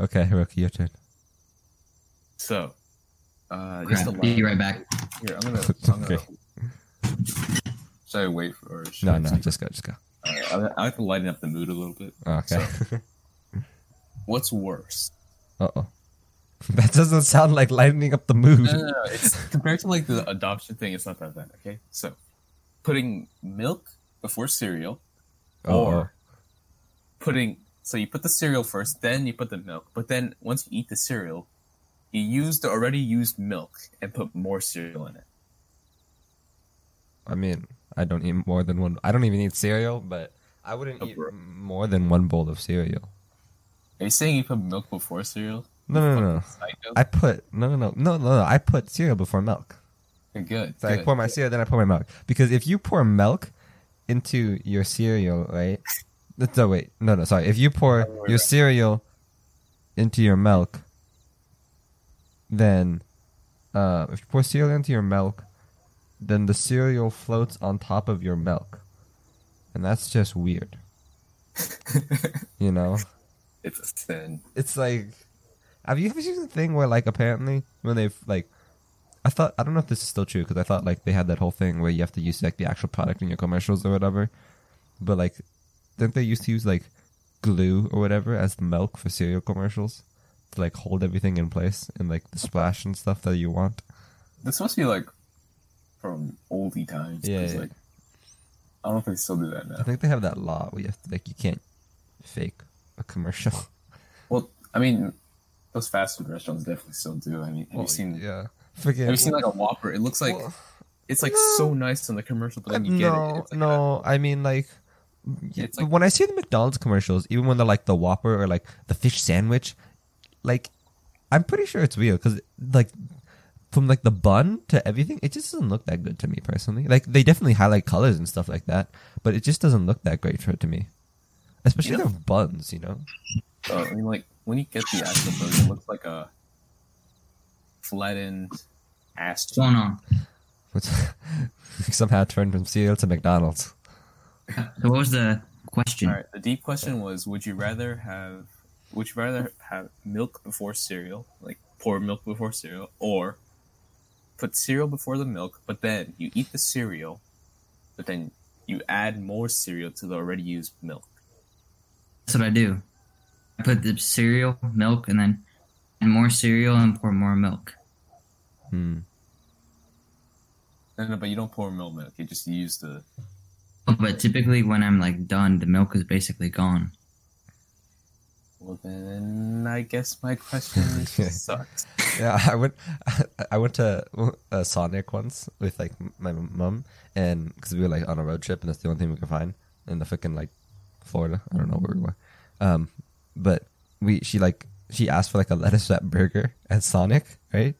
Okay, Hiroki, your turn. So, uh, just the Crap. Be right back. Here, I'm gonna. I'm gonna Okay. Should I wait for? Or should No, I no, take- just go, just go. Oh, Alright, I, I like to lighten up the mood a little bit. Okay. What's worse? Uh oh. That doesn't sound like lightening up the mood. No, no, no. It's compared to like the adoption thing. It's not that bad. Okay, so putting milk before cereal, or putting so you put the cereal first, then you put the milk. But then once you eat the cereal, you use the already used milk and put more cereal in it. I mean, I don't eat more than one. I don't even eat cereal, but I wouldn't Oh, eat bro. more than one bowl of cereal. Are you saying you put milk before cereal? No, no, no. no. Psycho? I put no, no, no, no, no, no. I put cereal before milk. You're good. So I good. pour my cereal, then I pour my milk. Because if you pour milk into your cereal, right? No, wait, no, no, sorry. If you pour Other way your around. cereal into your milk, then uh, if you pour cereal into your milk, then the cereal floats on top of your milk, and that's just weird. you know, it's a sin. it's like have you ever seen the thing where like apparently when they've like i thought i don't know if this is still true because i thought like they had that whole thing where you have to use like the actual product in your commercials or whatever but like didn't they used to use like glue or whatever as milk for cereal commercials to like hold everything in place and like the splash and stuff that you want This must be like from oldie times. 'cause, Yeah, yeah. Like, I don't know if they still do that i now. think they have that law where you have to like you can't fake a commercial Well, I mean, those fast food restaurants definitely still do. I mean, have you seen? Oh, yeah forget Have you seen like a Whopper? It looks like it's like no. so nice on the commercial, but Uh, then you no, get it. It's like a- no. I mean, like, y- It's like- when I see the McDonald's commercials, even when they're like the Whopper or like the fish sandwich, like, I'm pretty sure it's real because like from like the bun to everything, it just doesn't look that good to me personally. Like, they definitely highlight colors and stuff like that, but it just doesn't look that great for to me. Especially You know- their buns, you know. So, uh, I mean, like when you get the actual burger, it looks like a flattened ass What's going cheek. on? Which somehow turned from cereal to McDonald's. So what was the question? All right. The deep question was: Would you rather have? Would you rather have milk before cereal, like pour milk before cereal, or put cereal before the milk, but then you eat the cereal, but then you add more cereal to the already used milk? That's what I do. I put the cereal, milk, and then and more cereal and pour more milk. Hmm. No, no, but you don't pour milk milk. You just use the. Oh, But typically, when I'm like done, the milk is basically gone. Well, then I guess my question sucks. Yeah, I went. I went to uh, Sonic once with like my mom, and because we were like on a road trip, and that's the only thing we could find in the freaking like Florida. I don't know where we were, um, but we she like she asked for like a lettuce wrap burger at Sonic, right?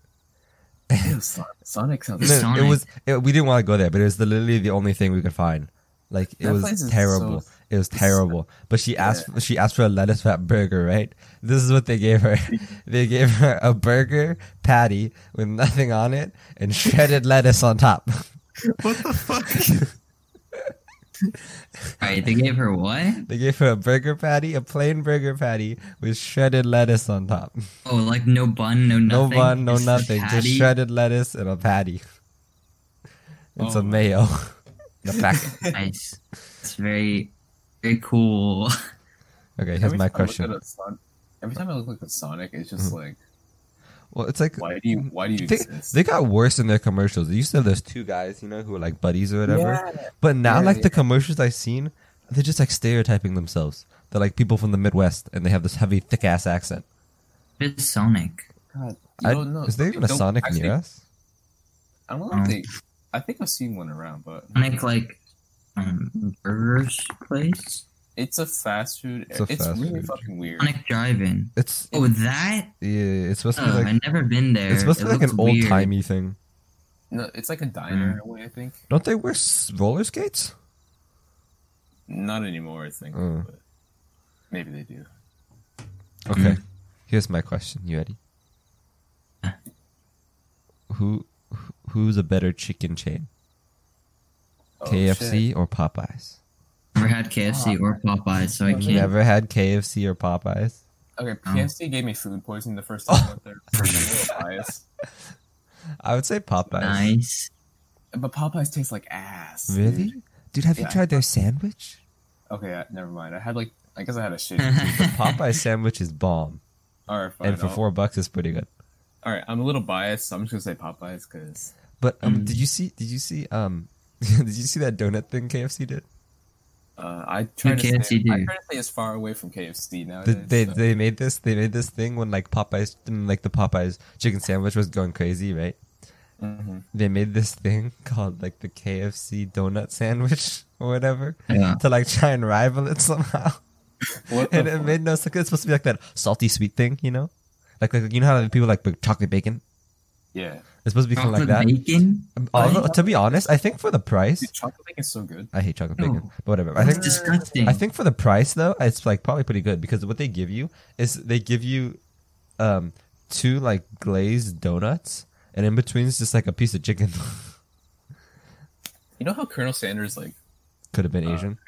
Ew, Son- Sonic sounds. No, Sonic. it was it, we didn't want to go there, but it was the, literally the only thing we could find. Like it That place was is terrible. so- it was terrible. But she asked she asked for a lettuce wrap burger, right? This is what they gave her. they gave her a burger patty with nothing on it and shredded lettuce on top. What the fuck? Right? They gave her what? they gave her a burger patty, a plain burger patty with shredded lettuce on top. Oh, like no bun, no No nothing. bun, no Just a nothing. Just patty? shredded lettuce and a patty. And Oh some my- mayo. the packet. Nice. It's very, very cool. Okay, here's my question. Mm. Every time I look at Sonic, it's just like, Well, it's like why do you, why do you they, exist? they got worse in their commercials. They used to have those two guys, you know, who were like buddies or whatever. Yeah. But now, Yeah, like yeah. the commercials I've seen, they're just like stereotyping themselves. They're like people from the Midwest, and they have this heavy, thick ass accent. It's Sonic. God, I- you don't know. Is there you even a don't- Sonic I near think, us? I don't know if they. I think I've seen one around, but Sonic like um, burgers place. it's a fast food. It's It's, a fast really food. fucking weird. Sonic Drive-In. It's Oh, that. yeah, it's supposed to be Oh, like I've never been there. it's supposed to It be like an looks old weird. timey thing. No, it's like a diner in a way. I think Don't they wear s- roller skates? not anymore. I think, Mm. but maybe they do. Mm-hmm. Okay, here's my question. You ready? Who who's a better chicken chain? Oh, KFC or Popeyes? Never had KFC or Popeyes, so I can't. Ah. Never had KFC or Popeyes. Okay, PFC gave me food poisoning the first Oh. time I went there. Popeyes. I would say Popeyes. Nice. But Popeyes tastes like ass. dude. Really, dude? Have you Yeah. tried their sandwich? Okay, I- never mind. I had like, I guess I had a shit. Popeyes sandwich is bomb, All right, fine. and for I'll- four bucks, it's pretty good. All right, I'm a little biased, so I'm just gonna say Popeyes because But um, Mm. did you see? Did you see? Um, did you see that donut thing KFC did? uh, I try to KFC stay, I do? try to stay as far away from KFC now. The, they they made this they made this thing when like Popeyes mm, like the Popeyes chicken sandwich was going crazy, right? Mm-hmm. They made this thing called like the KFC donut sandwich or whatever Yeah. to like try and rival it somehow. What and it the fuck? made no sense. It's supposed to be like that salty sweet thing, you know, like like you know how people like put chocolate bacon. yeah, It's supposed to be kind of like Chocolate that. bacon? Although, to be honest, I think for the price, Dude, chocolate bacon is so good. I hate chocolate No. bacon, but whatever. I That's think disgusting. I think for the price though, it's like probably pretty good because what they give you is they give you um two like glazed donuts and in between is just like a piece of chicken. You know how Colonel Sanders like Could have been Uh, Asian.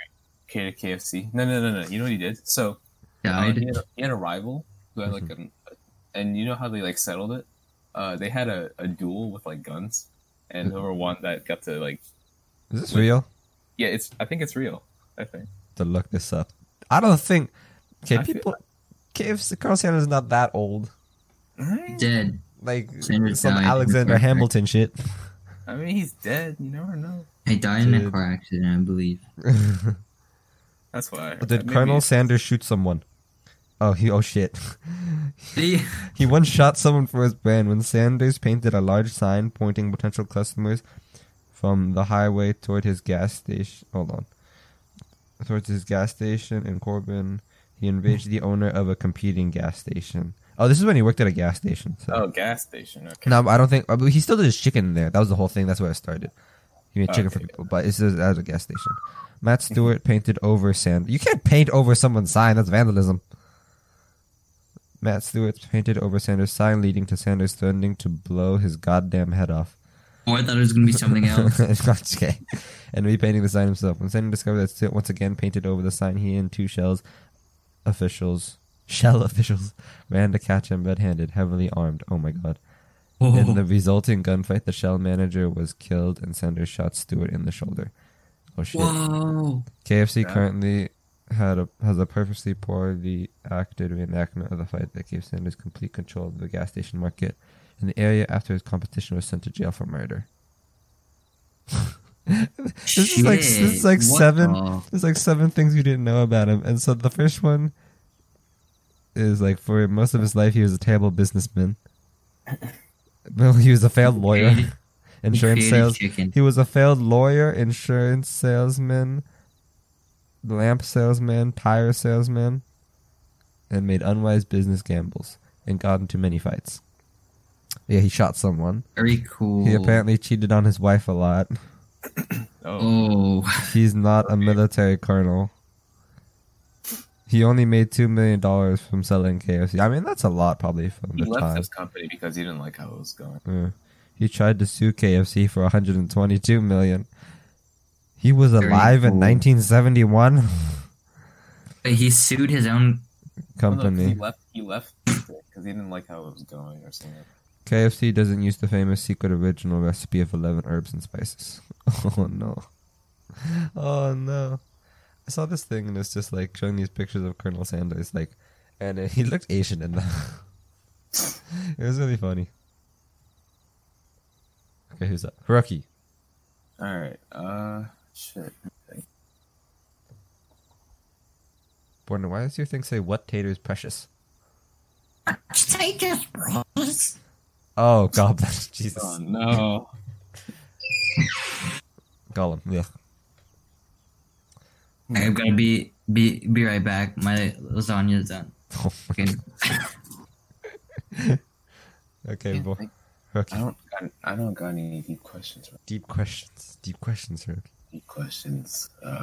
catered KFC? No, no, no, no. You know what he did? So uh, Died. he, had a, he had a rival who had like Mm-hmm. an, and you know how they like settled it? Uh, they had a, a duel with like guns, and Mm-hmm. whoever won that got to like Is this real? yeah, it's I think it's real. I think To look this up. I don't think okay, I feel- people KFC Colonel Sanders is not that old. Dead. Like Sanders some died. Alexander Hamilton shit. I mean he's dead. You never know. I died in a Dude. car accident, I believe. That's why. I heard. Did Maybe Colonel it's- Sanders shoot someone? Oh he oh shit. See? He once shot someone for his brand when Sanders painted a large sign pointing potential customers from the highway toward his gas station. Hold on. Towards his gas station in Corbin. He enraged the owner of a competing gas station. Oh, this is when he worked at a gas station. So. Oh, gas station. Okay. No, I don't think. I mean, he still did his chicken there. That was the whole thing. That's where I started. He made chicken for Okay. Mm-hmm. people, but it's just at a gas station. Matt Stewart painted over sand. You can't paint over someone's sign. That's vandalism. Matt Stewart painted over Sanders' sign, leading to Sanders threatening to blow his goddamn head off. Oh, I thought it was going to be something else. It's okay. And repainting the sign himself. When Sanders discovered that Stewart once again painted over the sign, he and two shells officials, shell officials, ran to catch him red-handed, heavily armed. Oh my god. In the resulting gunfight, the shell manager was killed and Sanders shot Stewart in the shoulder. Oh shit. Whoa. KFC Yeah. currently had a has a purposely poorly acted reenactment of the fight that gave Sanders complete control of the gas station market in the area after his competition was sent to jail for murder. this is like this is like Shit. What seven the- there's like seven things you didn't know about him. And so the first one is like for most of his life he was a terrible businessman. Well, he was a failed lawyer. created- He Insurance created sales. Chicken. He was a failed lawyer, insurance salesman, lamp salesman, tire salesman, and made unwise business gambles and got into many fights. Yeah, he shot someone. Very cool. He apparently cheated on his wife a lot. Oh, Oh, He's not a military colonel. He only made two million dollars from selling KFC. I mean, that's a lot, probably from he the left time. this company because he didn't like how it was going. Uh, he tried to sue KFC for 122 million. He was alive in cool. 1971. But he sued his own. Well, no, 'cause Company he left. He left because he didn't like how it was going or something. KFC doesn't use the famous secret original recipe of 11 herbs and spices. Oh no. Oh no. I saw this thing and it's just like showing these pictures of Colonel Sanders like and uh, he looked Asian in them. it was really funny. Okay, who's up? Hiroki. All right. Uh, shit. Borna, why does your thing say what tater is precious? Oh, goblin. Jesus. Oh no. Gollum. Yeah. I've got to be be be right back. My lasagna's done. Oh, my Okay. God. Okay, boy. I I Hiroki. don't. Got, I don't got any deep questions. Right? Deep questions. Deep questions, Hiroki. Deep questions. Uh,